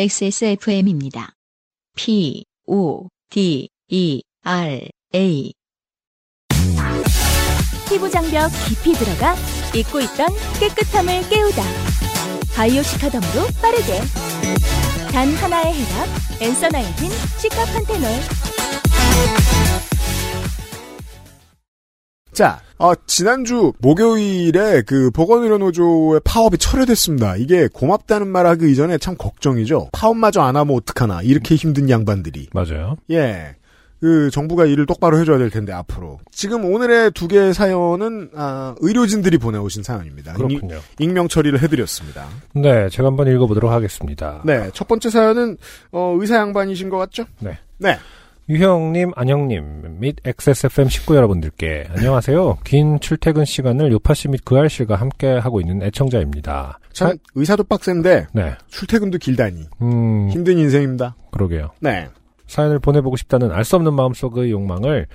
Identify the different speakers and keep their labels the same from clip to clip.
Speaker 1: XSFM입니다. P, O, D, E, R, A.
Speaker 2: 피부 장벽 깊이 들어가 잊고 있던 깨끗함을 깨우다. 바이오 시카덤으로 빠르게. 단 하나의 해답. 엔서나이틴 시카판테놀.
Speaker 3: 자, 어, 지난주 목요일에 그 보건의료노조의 파업이 철회됐습니다. 이게 고맙다는 말하기 이전에 참 걱정이죠. 파업마저 안 하면 어떡하나. 이렇게 힘든 양반들이.
Speaker 4: 맞아요.
Speaker 3: 예. 그 정부가 일을 똑바로 해줘야 될 텐데 앞으로. 지금 오늘의 두 개의 사연은 아, 의료진들이 보내오신 사연입니다. 익-
Speaker 4: 그렇군요.
Speaker 3: 익명 처리를 해드렸습니다.
Speaker 4: 네, 제가 한번 읽어보도록 하겠습니다.
Speaker 3: 네, 첫 번째 사연은 어, 의사 양반이신 것 같죠?
Speaker 4: 네.
Speaker 3: 네.
Speaker 4: 유형님, 안영님 및 XSFM 식구 여러분들께 안녕하세요. 긴 출퇴근 시간을 요파씨 및 그알씨가 함께 하고 있는 애청자입니다.
Speaker 3: 참
Speaker 4: 아,
Speaker 3: 의사도 빡센데
Speaker 4: 네,
Speaker 3: 출퇴근도 길다니
Speaker 4: 음,
Speaker 3: 힘든 인생입니다.
Speaker 4: 그러게요.
Speaker 3: 네,
Speaker 4: 사연을 보내보고 싶다는 알 수 없는 마음속의 욕망을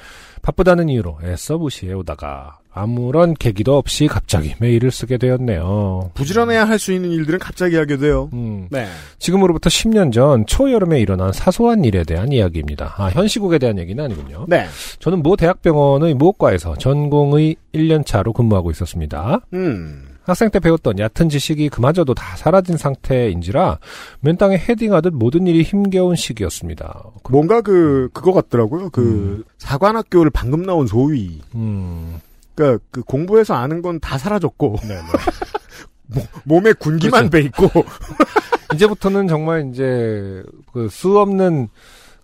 Speaker 4: 바쁘다는 이유로 애써 무시해오다가 아무런 계기도 없이 갑자기 메일을 쓰게 되었네요.
Speaker 3: 부지런해야 할 수 있는 일들은 갑자기 하게 돼요.
Speaker 4: 음,
Speaker 3: 네.
Speaker 4: 지금으로부터 10년 전 초여름에 일어난 사소한 일에 대한 이야기입니다. 아, 현 시국에 대한 얘기는 아니군요.
Speaker 3: 네.
Speaker 4: 저는 모 대학병원의 모과에서 전공의 1년차로 근무하고 있었습니다.
Speaker 3: 음.
Speaker 4: 학생 때 배웠던 얕은 지식이 그마저도 다 사라진 상태인지라 맨땅에 헤딩하듯 모든 일이 힘겨운 시기였습니다.
Speaker 3: 뭔가 그 그거 같더라고요. 그 사관학교를 방금 나온 소위.
Speaker 4: 음,
Speaker 3: 그러니까 그 공부해서 아는 건 다 사라졌고 뭐,
Speaker 4: 네, 네.
Speaker 3: 몸에 군기만 배 있고.
Speaker 4: 이제부터는 정말 이제 그 수 없는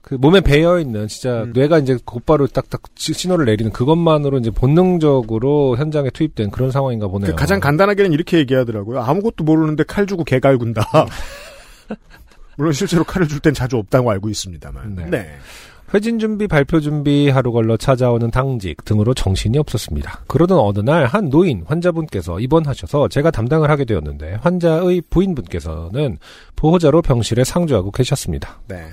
Speaker 4: 그 몸에 배어 있는 진짜
Speaker 3: 음.
Speaker 4: 뇌가 이제 곧바로 딱딱 지- 신호를 내리는 그것만으로 이제 본능적으로 현장에 투입된 그런 상황인가 보네요.
Speaker 3: 그 가장 간단하게는 이렇게 얘기하더라고요. 아무것도 모르는데 칼 주고 개갈 군다. 물론 실제로 칼을 줄 땐 자주 없다고 알고 있습니다만.
Speaker 4: 네.
Speaker 3: 네.
Speaker 4: 회진 준비, 발표 준비 하루 걸러 찾아오는 당직 등으로 정신이 없었습니다. 그러던 어느 날 한 노인 환자분께서 입원하셔서 제가 담당을 하게 되었는데 환자의 부인분께서는 보호자로 병실에 상주하고 계셨습니다.
Speaker 3: 네.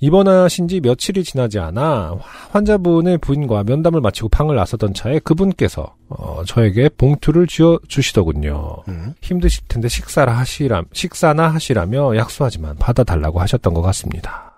Speaker 4: 입원하신 지 며칠이 지나지 않아 화- 환자분의 부인과 면담을 마치고 방을 나서던 차에 그분께서 어, 저에게 봉투를 쥐어 주시더군요.
Speaker 3: 음.
Speaker 4: 힘드실 텐데 식사라 하시라 식사나 하시라며 약속하지만 받아달라고 하셨던 것 같습니다.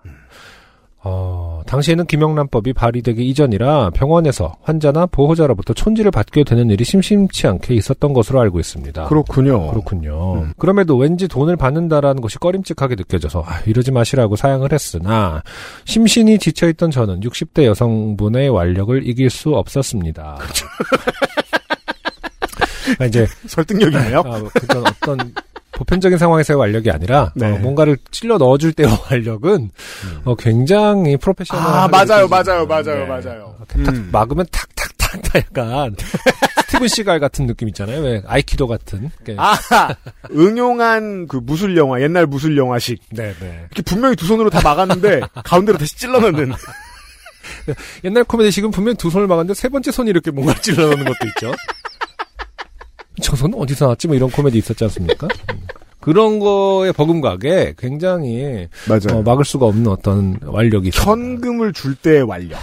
Speaker 4: 어, 당시에는 김영란법이 발의되기 이전이라 병원에서 환자나 보호자로부터 촌지를 받게 되는 일이 심심치 않게 있었던 것으로 알고 있습니다.
Speaker 3: 그렇군요.
Speaker 4: 그렇군요.
Speaker 3: 음.
Speaker 4: 그럼에도 왠지 돈을 받는다라는 것이 꺼림칙하게 느껴져서 아, 이러지 마시라고 사양을 했으나 심신이 지쳐있던 저는 60대 여성분의 완력을 이길 수 없었습니다.
Speaker 3: 그렇죠.
Speaker 4: 아, 이제
Speaker 3: 설득력이네요.
Speaker 4: 아, 그건 어떤 보편적인 상황에서의 완력이 아니라
Speaker 3: 네. 음.
Speaker 4: 어, 뭔가를 찔러 넣어줄 때의 완력은 어, 굉장히 프로페셔널.
Speaker 3: 아, 맞아요, 맞아요, 맞아요, 맞아요.
Speaker 4: 네. 탁
Speaker 3: 음.
Speaker 4: 막으면 탁탁탁 탁 약간 스티븐 시갈 같은 느낌 있잖아요. 왜 아이키도 같은. 이렇게.
Speaker 3: 아하! 응용한 그 무술 영화, 옛날 무술 영화식.
Speaker 4: 네, 네.
Speaker 3: 이렇게 분명히 두 손으로 다 막았는데, 가운데로 다시 찔러넣는.
Speaker 4: 옛날 코미디식은 분명 두 손을 막았는데 세 번째 손이 이렇게 뭔가 찔러 넣는 것도 있죠. 저 손은 어디서 나왔지? 뭐 이런 코미디 있었지 않습니까? 음. 그런 거에 버금가게 굉장히
Speaker 3: 맞아요.
Speaker 4: 어, 막을 수가 없는 어떤 완력이 있습니다.
Speaker 3: 현금을 줄 때의 완력.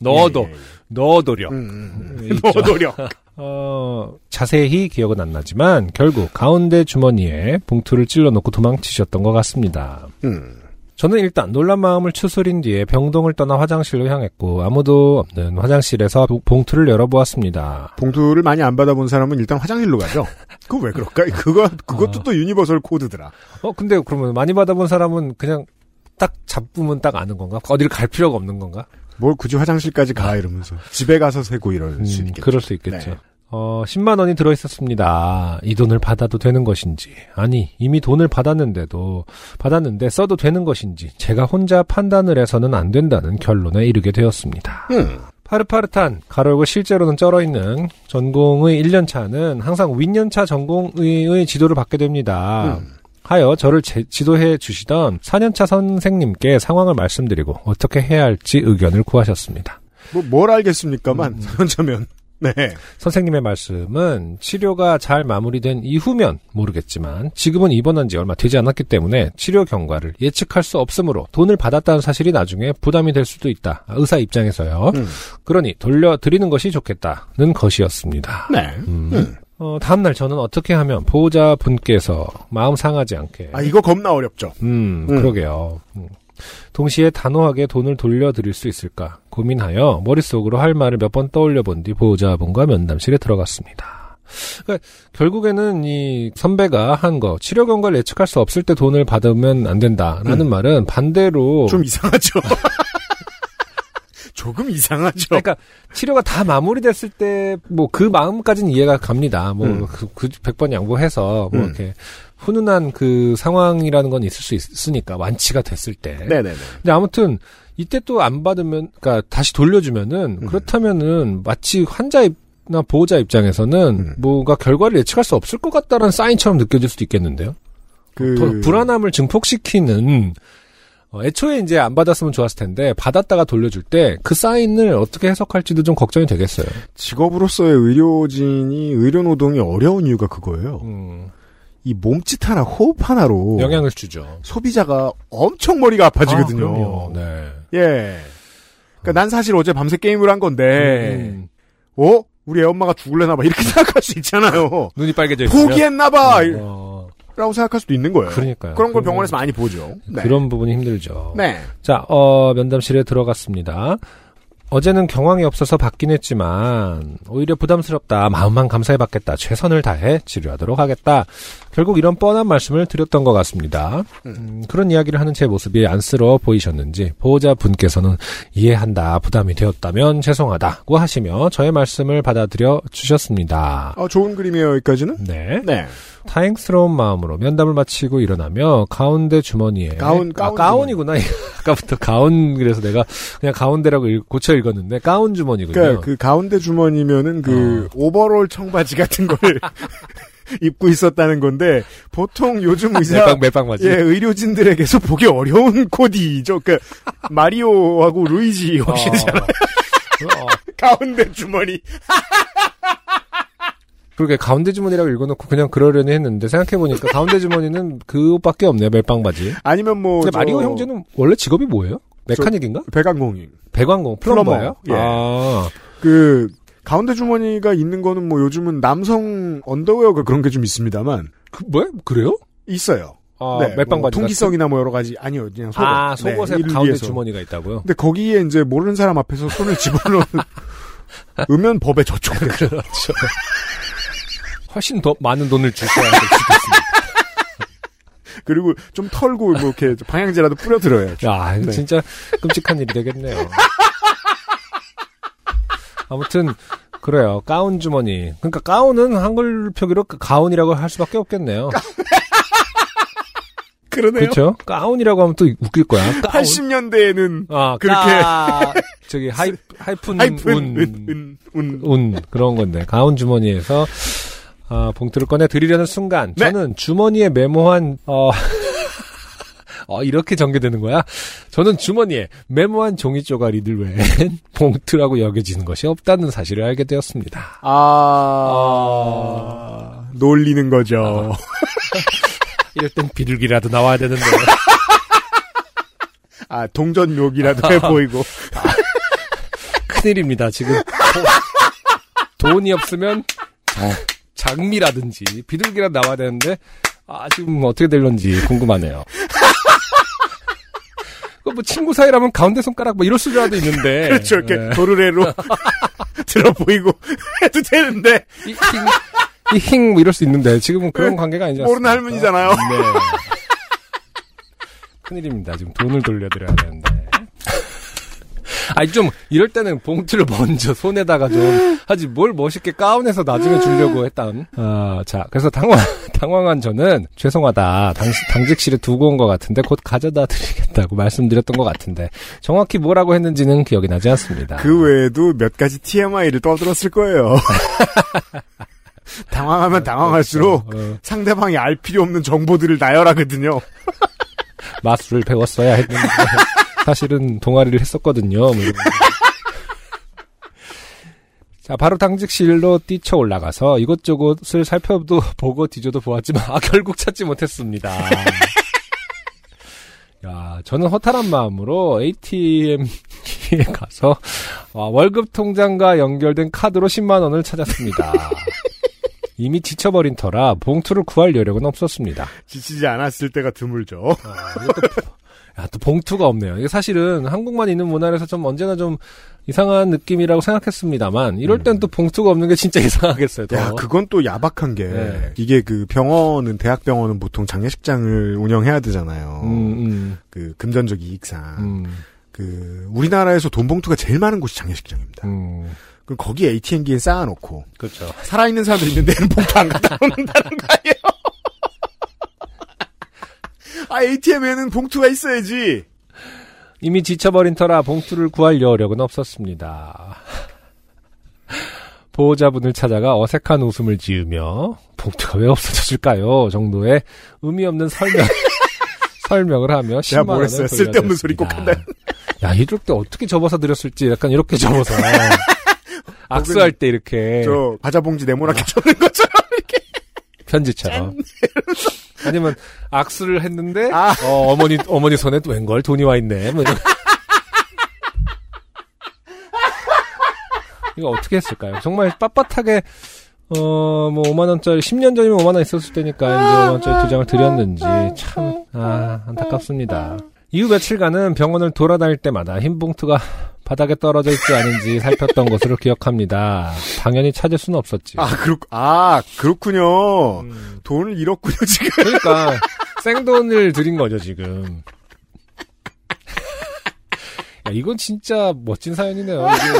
Speaker 4: 넣어도
Speaker 3: 예, 예, 예.
Speaker 4: 넣어도력.
Speaker 3: 음, 음,
Speaker 4: 네,
Speaker 3: 음.
Speaker 4: 있죠.
Speaker 3: 노도력.
Speaker 4: 어, 자세히 기억은 안 나지만 결국 가운데 주머니에 봉투를 찔러 넣고 도망치셨던 것 같습니다.
Speaker 3: 음.
Speaker 4: 저는 일단 놀란 마음을 추스린 뒤에 병동을 떠나 화장실로 향했고 아무도 없는 화장실에서 봉- 봉투를 열어보았습니다.
Speaker 3: 봉투를 많이 안 받아본 사람은 일단 화장실로 가죠. 그거 왜 그럴까? 그거, 그것도
Speaker 4: 아.
Speaker 3: 또 유니버설 코드더라.
Speaker 4: 어, 근데 그러면 많이 받아본 사람은 그냥 딱 잡으면 딱 아는 건가? 어디를 갈 필요가 없는 건가?
Speaker 3: 뭘 굳이 화장실까지 가, 이러면서. 집에 가서 세고 이럴 수
Speaker 4: 음,
Speaker 3: 있겠죠.
Speaker 4: 그럴 수 있겠죠.
Speaker 3: 네.
Speaker 4: 어, 10만 원이 들어 있었습니다. 이 돈을 받아도 되는 것인지, 아니, 이미 돈을 받았는데도, 받았는데 써도 되는 것인지, 제가 혼자 판단을 해서는 안 된다는 결론에 이르게 되었습니다.
Speaker 3: 음.
Speaker 4: 파릇파릇한, 가로고 실제로는 쩔어있는 전공의 1년차는 항상 윗년차 전공의의 지도를 받게 됩니다.
Speaker 3: 음.
Speaker 4: 하여 저를 제- 지도해 주시던 4년차 선생님께 상황을 말씀드리고 어떻게 해야 할지 의견을 구하셨습니다.
Speaker 3: 뭐, 뭘
Speaker 4: 음.
Speaker 3: 알겠습니까만, 사연자면. 네.
Speaker 4: 선생님의 말씀은 치료가 잘 마무리된 이후면 모르겠지만 지금은 입원한 지 얼마 되지 않았기 때문에 치료 경과를 예측할 수 없으므로 돈을 받았다는 사실이 나중에 부담이 될 수도 있다. 아, 의사 입장에서요.
Speaker 3: 음.
Speaker 4: 그러니 돌려드리는 것이 좋겠다는 것이었습니다.
Speaker 3: 네.
Speaker 4: 음.
Speaker 3: 음.
Speaker 4: 어, 다음날 저는 어떻게 하면 보호자분께서 마음 상하지 않게.
Speaker 3: 아, 이거 겁나 어렵죠.
Speaker 4: 음,
Speaker 3: 음.
Speaker 4: 그러게요. 음. 동시에 단호하게 돈을 돌려드릴 수 있을까 고민하여 머릿속으로 할 말을 몇 번 떠올려 본 뒤 보호자분과 면담실에 들어갔습니다. 그러니까 결국에는 이 선배가 한 거 치료 경과를 예측할 수 없을 때 돈을 받으면 안 된다라는
Speaker 3: 음.
Speaker 4: 말은 반대로
Speaker 3: 좀 이상하죠. 조금 이상하죠.
Speaker 4: 그러니까 치료가 다 마무리됐을 때 뭐 그 마음까지는 이해가 갑니다.
Speaker 3: 음.
Speaker 4: 뭐그 그 100번 양보해서 뭐
Speaker 3: 음.
Speaker 4: 이렇게 훈훈한 그 상황이라는 건 있을 수 있으니까 완치가 됐을 때.
Speaker 3: 네네네.
Speaker 4: 근데 아무튼 이때 또 안 받으면 그러니까 다시 돌려주면은
Speaker 3: 음. 그렇다면은
Speaker 4: 그렇다면은 마치 환자 나 보호자 입장에서는
Speaker 3: 음.
Speaker 4: 뭐가 결과를 예측할 수 없을 것 같다라는 사인처럼 느껴질 수도 있겠는데요.
Speaker 3: 그
Speaker 4: 더 불안함을 증폭시키는 어, 애초에 이제 안 받았으면 좋았을 텐데 받았다가 돌려줄 때 그 사인을 어떻게 해석할지도 좀 걱정이 되겠어요.
Speaker 3: 직업으로서의 의료진이 의료 노동이 어려운 이유가 그거예요.
Speaker 4: 음,
Speaker 3: 이 몸짓 하나, 호흡 하나로
Speaker 4: 영향을 주죠.
Speaker 3: 소비자가 엄청 머리가
Speaker 4: 아,
Speaker 3: 아파지거든요.
Speaker 4: 그럼요. 네.
Speaker 3: 예. 그러니까 난 사실 어제 밤새 게임을 한 건데,
Speaker 4: 음,
Speaker 3: 어? 우리 애 엄마가 죽을래나 봐 이렇게 생각할 수 있잖아요.
Speaker 4: 눈이 빨개져 있으면
Speaker 3: 포기했나 봐 이-
Speaker 4: 어,
Speaker 3: 라고 생각할 수도 있는 거예요.
Speaker 4: 네, 그러니까요.
Speaker 3: 그런 걸
Speaker 4: 그러면-
Speaker 3: 병원에서 많이 보죠. 네.
Speaker 4: 그런 부분이 힘들죠.
Speaker 3: 네.
Speaker 4: 자, 어, 면담실에 들어갔습니다. 어제는 경황이 없어서 받긴 했지만 오히려 부담스럽다. 마음만 감사해 받겠다. 최선을 다해 치료하도록 하겠다. 결국 이런 뻔한 말씀을 드렸던 것 같습니다. 음, 그런 이야기를 하는 제 모습이 안쓰러워 보이셨는지 보호자 분께서는 이해한다. 부담이 되었다면 죄송하다고 하시며 저의 말씀을 받아들여 주셨습니다.
Speaker 3: 아, 좋은 그림이에요, 여기까지는?
Speaker 4: 네.
Speaker 3: 네.
Speaker 4: 다행스러운 마음으로 면담을 마치고 일어나며 가운데 주머니에
Speaker 3: 가운,
Speaker 4: 아,
Speaker 3: 가운
Speaker 4: 가운이구나 아까부터 가운 그래서 내가 그냥 가운데라고 읽- 고쳐 읽었는데 가운 주머니군요. 어.
Speaker 3: 그러니까 그 가운데 주머니면은 그 오버롤 청바지 같은 걸 입고 있었다는 건데 보통 요즘 의사
Speaker 4: 멜빵 멜빵 맞지?
Speaker 3: 예, 의료진들에게서 보기 어려운 코디죠. 그러니까 마리오하고 루이지
Speaker 4: 어.
Speaker 3: 혹시
Speaker 4: 어,
Speaker 3: 가운데 주머니.
Speaker 4: 그렇게 가운데 주머니라고 읽어놓고 그냥 그러려니 했는데 생각해보니까 가운데 주머니는 그밖에 없네요 멜빵 바지.
Speaker 3: 아니면 뭐
Speaker 4: 근데
Speaker 3: 저-
Speaker 4: 마리오 형제는 원래 직업이 뭐예요? 메카닉인가?
Speaker 3: 백악공인.
Speaker 4: 배관공 플럼버예요?
Speaker 3: 플럼버, 예.
Speaker 4: 아,
Speaker 3: 그 가운데 주머니가 있는 거는 뭐 요즘은 남성 언더웨어가 그런 게 좀 있습니다만
Speaker 4: 그, 뭐야? 그래요?
Speaker 3: 있어요.
Speaker 4: 아,
Speaker 3: 네,
Speaker 4: 멜빵
Speaker 3: 뭐
Speaker 4: 바지.
Speaker 3: 통기성이나 뭐 여러 가지 아니요 그냥 속옷.
Speaker 4: 아,
Speaker 3: 네,
Speaker 4: 속옷에
Speaker 3: 이를
Speaker 4: 가운데
Speaker 3: 위해서.
Speaker 4: 주머니가 있다고요?
Speaker 3: 근데 거기에 이제 모르는 사람 앞에서 손을 집어넣으면 법에 저촉돼.
Speaker 4: 그렇죠. 훨씬 더 많은 돈을 줄 거야. 될 수도 있습니다.
Speaker 3: 그리고 좀 털고 뭐 이렇게 방향제라도 뿌려들어요.
Speaker 4: 야, 이거
Speaker 3: 네.
Speaker 4: 진짜 끔찍한 일이 되겠네요. 아무튼 그래요. 가운 주머니. 그러니까 가운은 한글 표기로 그 가운이라고 할 수밖에 없겠네요.
Speaker 3: 그러네요.
Speaker 4: 그렇죠? 가운이라고 하면 또 웃길 거야. 가운.
Speaker 3: 80년대에는
Speaker 4: 아,
Speaker 3: 그렇게.
Speaker 4: 가- 저기 하이 하이픈,
Speaker 3: 하이픈
Speaker 4: 운.
Speaker 3: 은, 은, 은.
Speaker 4: 운 그런 건데 가운 주머니에서 아, 봉투를 꺼내 드리려는 순간
Speaker 3: 네.
Speaker 4: 저는 주머니에 메모한 어, 어, 이렇게 전개되는 거야. 저는 주머니에 메모한 종이 조각이 들 외엔 봉투라고 여겨지는 것이 없다는 사실을 알게 되었습니다.
Speaker 3: 아... 놀리는 거죠.
Speaker 4: 이럴 땐 비둘기라도 나와야 되는데
Speaker 3: 아, 네. 동전 욕이라도 해 보이고.
Speaker 4: 큰일입니다. 지금 도- 돈이 없으면 자- 장미라든지 비둘기라도 나와야 되는데 아 지금 어떻게 될런지 궁금하네요. 그뭐 친구 사이라면 가운데 손가락 뭐 이럴 수라도 있는데
Speaker 3: 그렇죠. 이렇게
Speaker 4: 네.
Speaker 3: 도르래로 들어 보이고 해도 되는데
Speaker 4: 이 힝, 이힝 뭐 이럴 수 있는데 지금은 그런
Speaker 3: 네.
Speaker 4: 관계가 아니지 않습니까?
Speaker 3: 모르는 할머니잖아요.
Speaker 4: 네. 큰일입니다. 지금 돈을 돌려드려야 되는데. 아니, 좀, 이럴 때는 봉투를 먼저 손에다가 좀, 하지, 뭘 멋있게 가운에서 나중에 주려고 했단. 아, 자, 그래서 당황, 당황한 저는, 죄송하다. 당, 당직실에 두고 온 것 같은데, 곧 가져다 드리겠다고 말씀드렸던 것 같은데, 정확히 뭐라고 했는지는 기억이 나지 않습니다.
Speaker 3: 그 외에도 몇 가지 TMI를 떠들었을 거예요. 당황하면 당황할수록
Speaker 4: 어,
Speaker 3: 상대방이 알 필요 없는 정보들을 나열하거든요.
Speaker 4: 마술을 배웠어야 했는데 사실은 동아리를 했었거든요. 뭐 이런 거. 자, 바로 당직실로 뛰쳐 올라가서 이것저것을 살펴도 보고 뒤져도 보았지만 아, 결국 찾지 못했습니다. 야, 저는 허탈한 마음으로 ATM에 가서 아, 월급 통장과 연결된 카드로 10만 원을 찾았습니다. 이미 지쳐버린 터라 봉투를 구할 여력은 없었습니다.
Speaker 3: 지치지 않았을 때가 드물죠.
Speaker 4: 야, 또 봉투가 없네요. 이게 사실은 한국만 있는 문화라서 좀 언제나 좀 이상한 느낌이라고 생각했습니다만 이럴 땐 또 봉투가 없는 게 진짜 이상하겠어요. 더.
Speaker 3: 야, 그건 또 야박한 게
Speaker 4: 네.
Speaker 3: 이게 그 병원은 대학 병원은 보통 장례식장을 운영해야 되잖아요.
Speaker 4: 음, 음,
Speaker 3: 그 금전적 이익상
Speaker 4: 음,
Speaker 3: 그 우리나라에서 돈 봉투가 제일 많은 곳이 장례식장입니다.
Speaker 4: 음.
Speaker 3: 그럼 거기 ATM기에 쌓아놓고
Speaker 4: 그렇죠.
Speaker 3: 살아있는 사람들 있는 데는 봉투 안 갖다 놓는다는 거 아니에요? 아 ATM에는 봉투가 있어야지.
Speaker 4: 이미 지쳐버린 터라 봉투를 구할 여력은 없었습니다. 보호자분을 찾아가 어색한 웃음을 지으며 봉투가 왜 없어졌을까요? 정도의 의미 없는 설명 설명을 하며 10만
Speaker 3: 제가 뭘
Speaker 4: 원을
Speaker 3: 했어요? 쓸데없는 소리 꼭
Speaker 4: 돌려야 됐습니다. 야 이럴 때 어떻게 접어서 드렸을지 약간 이렇게 접어서 악수할 때 이렇게
Speaker 3: 저 과자 봉지
Speaker 4: 아.
Speaker 3: 네모나게 줬는 것처럼.
Speaker 4: 편지처럼. 아니면 악수를 했는데
Speaker 3: 아.
Speaker 4: 어, 머니 어머니 손에 또 웬걸 돈이 와 있네. 뭐 이런. 이거 어떻게 했을까요? 정말 빳빳하게 어뭐 5만 원짜리 10년 전이면 5만 원 있었을 때니까 이제 5만 원짜리 두 장을 드렸는지 참 아 안타깝습니다. 이후 며칠간은 병원을 돌아다닐 때마다 흰 봉투가 바닥에 떨어져 있지 않은지 살폈던 것으로 기억합니다. 당연히 찾을 수는 없었지.
Speaker 3: 아 그렇 아 그렇군요.
Speaker 4: 음.
Speaker 3: 돈을 잃었군요 지금.
Speaker 4: 그러니까 생돈을 드린 거죠 지금. 야, 이건 진짜 멋진 사연이네요. 이게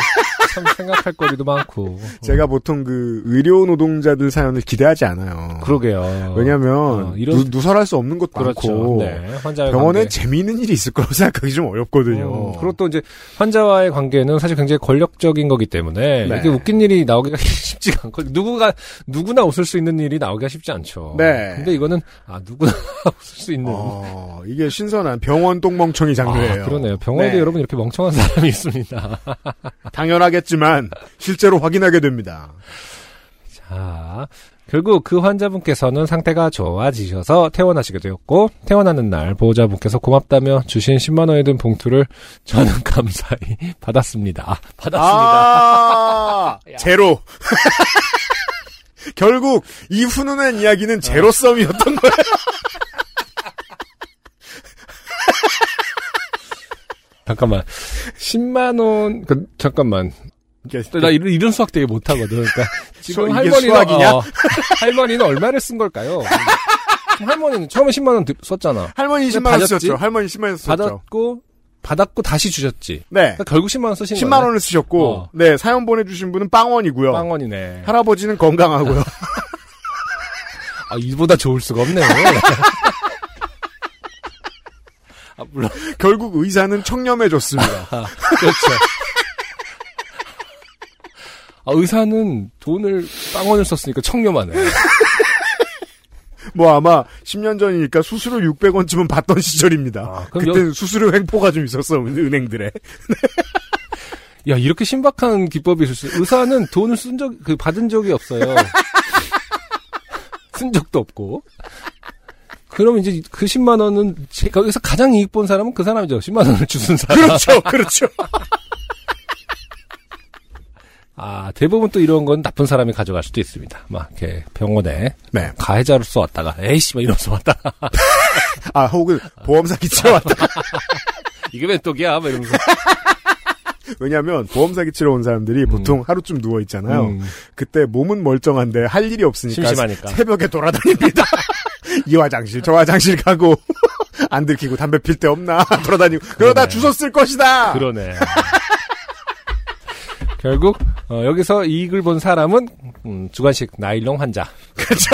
Speaker 4: 참 생각할 거리도 많고.
Speaker 3: 제가 보통 그 의료 노동자들 사연을 기대하지 않아요.
Speaker 4: 그러게요.
Speaker 3: 왜냐하면
Speaker 4: 그렇죠. 어, 이런-
Speaker 3: 누, 설할수 없는 것도
Speaker 4: 그렇죠.
Speaker 3: 많고
Speaker 4: 네, 환자의
Speaker 3: 병원에
Speaker 4: 관계.
Speaker 3: 재미있는 일이 있을 거라고 생각하기 좀 어렵거든요.
Speaker 4: 음, 그리고 또 이제 환자와의 관계는 사실 굉장히 권력적인 거기 때문에
Speaker 3: 네.
Speaker 4: 이게 웃긴 일이 나오기가 쉽지가 않고 누구가 누구나 웃을 수 있는 일이 나오기가 쉽지 않죠.
Speaker 3: 네.
Speaker 4: 근데 이거는 아 누구나 웃을 수 있는.
Speaker 3: 어, 이게 신선한 병원 똥멍청이 장르예요.
Speaker 4: 아, 그러네요. 병원에도
Speaker 3: 네.
Speaker 4: 여러분 이렇게 멍청한 사람이 있습니다.
Speaker 3: 당연하겠지만 실제로 확인하게 됩니다.
Speaker 4: 자, 결국 아, 그 환자분께서는 상태가 좋아지셔서 퇴원하시게 되었고, 퇴원하는 날 보호자분께서 고맙다며 주신 10만원에 든 봉투를 저는 감사히 받았습니다. 받았습니다.
Speaker 3: 아 제로. 결국 이 훈훈한 이야기는 제로섬이었던
Speaker 4: 어.
Speaker 3: 거예요.
Speaker 4: 잠깐만. 10만원, 그, 잠깐만. 나 이런, 이런 수학 되게 못하거든. 그러니까
Speaker 3: 수-
Speaker 4: 지금
Speaker 3: 이게
Speaker 4: 할머니는,
Speaker 3: 수학이냐?
Speaker 4: 어, 할머니는 얼마를 쓴 걸까요? 할머니는 처음에 10만원 썼잖아.
Speaker 3: 할머니 20만 원
Speaker 4: 받았지? 어,
Speaker 3: 썼죠. 할머니 10만 원 썼죠.
Speaker 4: 받았고, 받았고 다시 주셨지.
Speaker 3: 네.
Speaker 4: 그러니까 결국 10만원 쓰신 거네.
Speaker 3: 10만 원을 쓰셨고,
Speaker 4: 어.
Speaker 3: 네 사연 보내주신 분은 빵원이고요.
Speaker 4: 빵원이네.
Speaker 3: 할아버지는 건강하고요.
Speaker 4: 아, 이보다 좋을 수가 없네요. 아, 물론,
Speaker 3: 결국 의사는 청렴해졌습니다.
Speaker 4: 그렇죠. 아, 의사는 돈을, 빵원을 썼으니까 청렴하네.
Speaker 3: 뭐 아마 10년 전이니까 수수료 600원쯤은 받던 시절입니다.
Speaker 4: 아, 그럼
Speaker 3: 그때 는 수수료 횡포가 좀 있었어 은- 은행들에.
Speaker 4: 야, 이렇게 신박한 기법이 있을 수, 의사는 돈을 쓴 적, 그, 받은 적이 없어요. 쓴 적도 없고. 그럼 이제 그 10만원은, 거기서 가장 이익 본 사람은 그 사람이죠. 10만원을 주는 사람.
Speaker 3: 그렇죠, 그렇죠.
Speaker 4: 아, 대부분 또 이런 건 나쁜 사람이 가져갈 수도 있습니다. 막, 이렇게 병원에
Speaker 3: 네.
Speaker 4: 가해자로서 왔다가 에이씨 막 이러면서 왔다가
Speaker 3: 아 혹은 보험사 기치러 왔다.
Speaker 4: 이게 왜 떡이야 막 이러면서
Speaker 3: 왜냐하면 보험사 기치러 온 사람들이 보통 하루쯤 누워 있잖아요.
Speaker 4: 음.
Speaker 3: 그때 몸은 멀쩡한데 할 일이 없으니까
Speaker 4: 심심하니까.
Speaker 3: 새벽에 돌아다닙니다. 이 화장실, 저 화장실 가고 안 들키고 담배 필 데 없나 돌아다니고 그러다
Speaker 4: 그러네.
Speaker 3: 주워 쓸 것이다.
Speaker 4: 그러네 아. 결국 어, 여기서 이익을 본 사람은 음, 주관식 나일론 환자
Speaker 3: 그렇죠.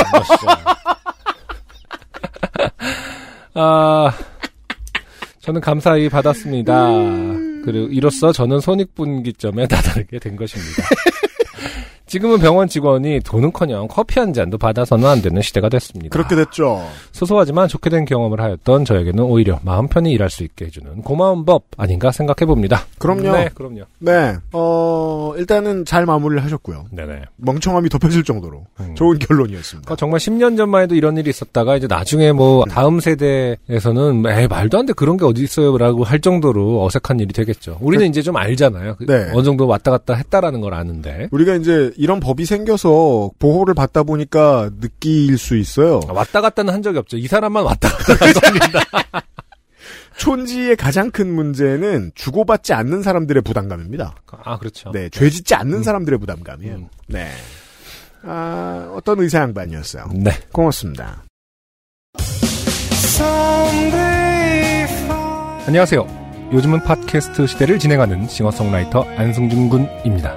Speaker 4: 아 저는 감사히 받았습니다 그리고 이로써 저는 손익분기점에 다다르게 된 것입니다 지금은 병원 직원이 돈은커녕 커피 한 잔도 받아서는 안 되는 시대가 됐습니다
Speaker 3: 그렇게 됐죠.
Speaker 4: 소소하지만 좋게 된 경험을 하였던 저에게는 오히려 마음 편히 일할 수 있게 해주는 고마운 법 아닌가 생각해 봅니다.
Speaker 3: 그럼요.
Speaker 4: 네, 그럼요.
Speaker 3: 네, 어 일단은 잘 마무리를 하셨고요.
Speaker 4: 네네.
Speaker 3: 멍청함이 덮여질 정도로
Speaker 4: 음.
Speaker 3: 좋은 결론이었습니다.
Speaker 4: 그러니까 정말 10년 전만 해도 이런 일이 있었다가 이제 나중에 뭐 다음 세대에서는 에 말도 안 돼 그런 게 어디 있어요라고 할 정도로 어색한 일이 되겠죠. 우리는 이제 좀 알잖아요. 그
Speaker 3: 네.
Speaker 4: 어느 정도 왔다 갔다 했다라는 걸 아는데.
Speaker 3: 우리가 이제 이런 법이 생겨서 보호를 받다 보니까 느낄 수 있어요.
Speaker 4: 아, 왔다 갔다는 한 적이 없죠. 이 사람만 왔다 갔다 해서
Speaker 3: 촌지의 가장 큰 문제는 주고받지 않는 사람들의 부담감입니다.
Speaker 4: 아, 그렇죠.
Speaker 3: 네, 죄 짓지 않는 사람들의 부담감이에요.
Speaker 4: 음.
Speaker 3: 네. 아, 어떤 의사 양반이었어요.
Speaker 4: 네.
Speaker 3: 고맙습니다.
Speaker 4: 안녕하세요. 요즘은 팟캐스트 시대를 진행하는 싱어송라이터 안승준 군입니다.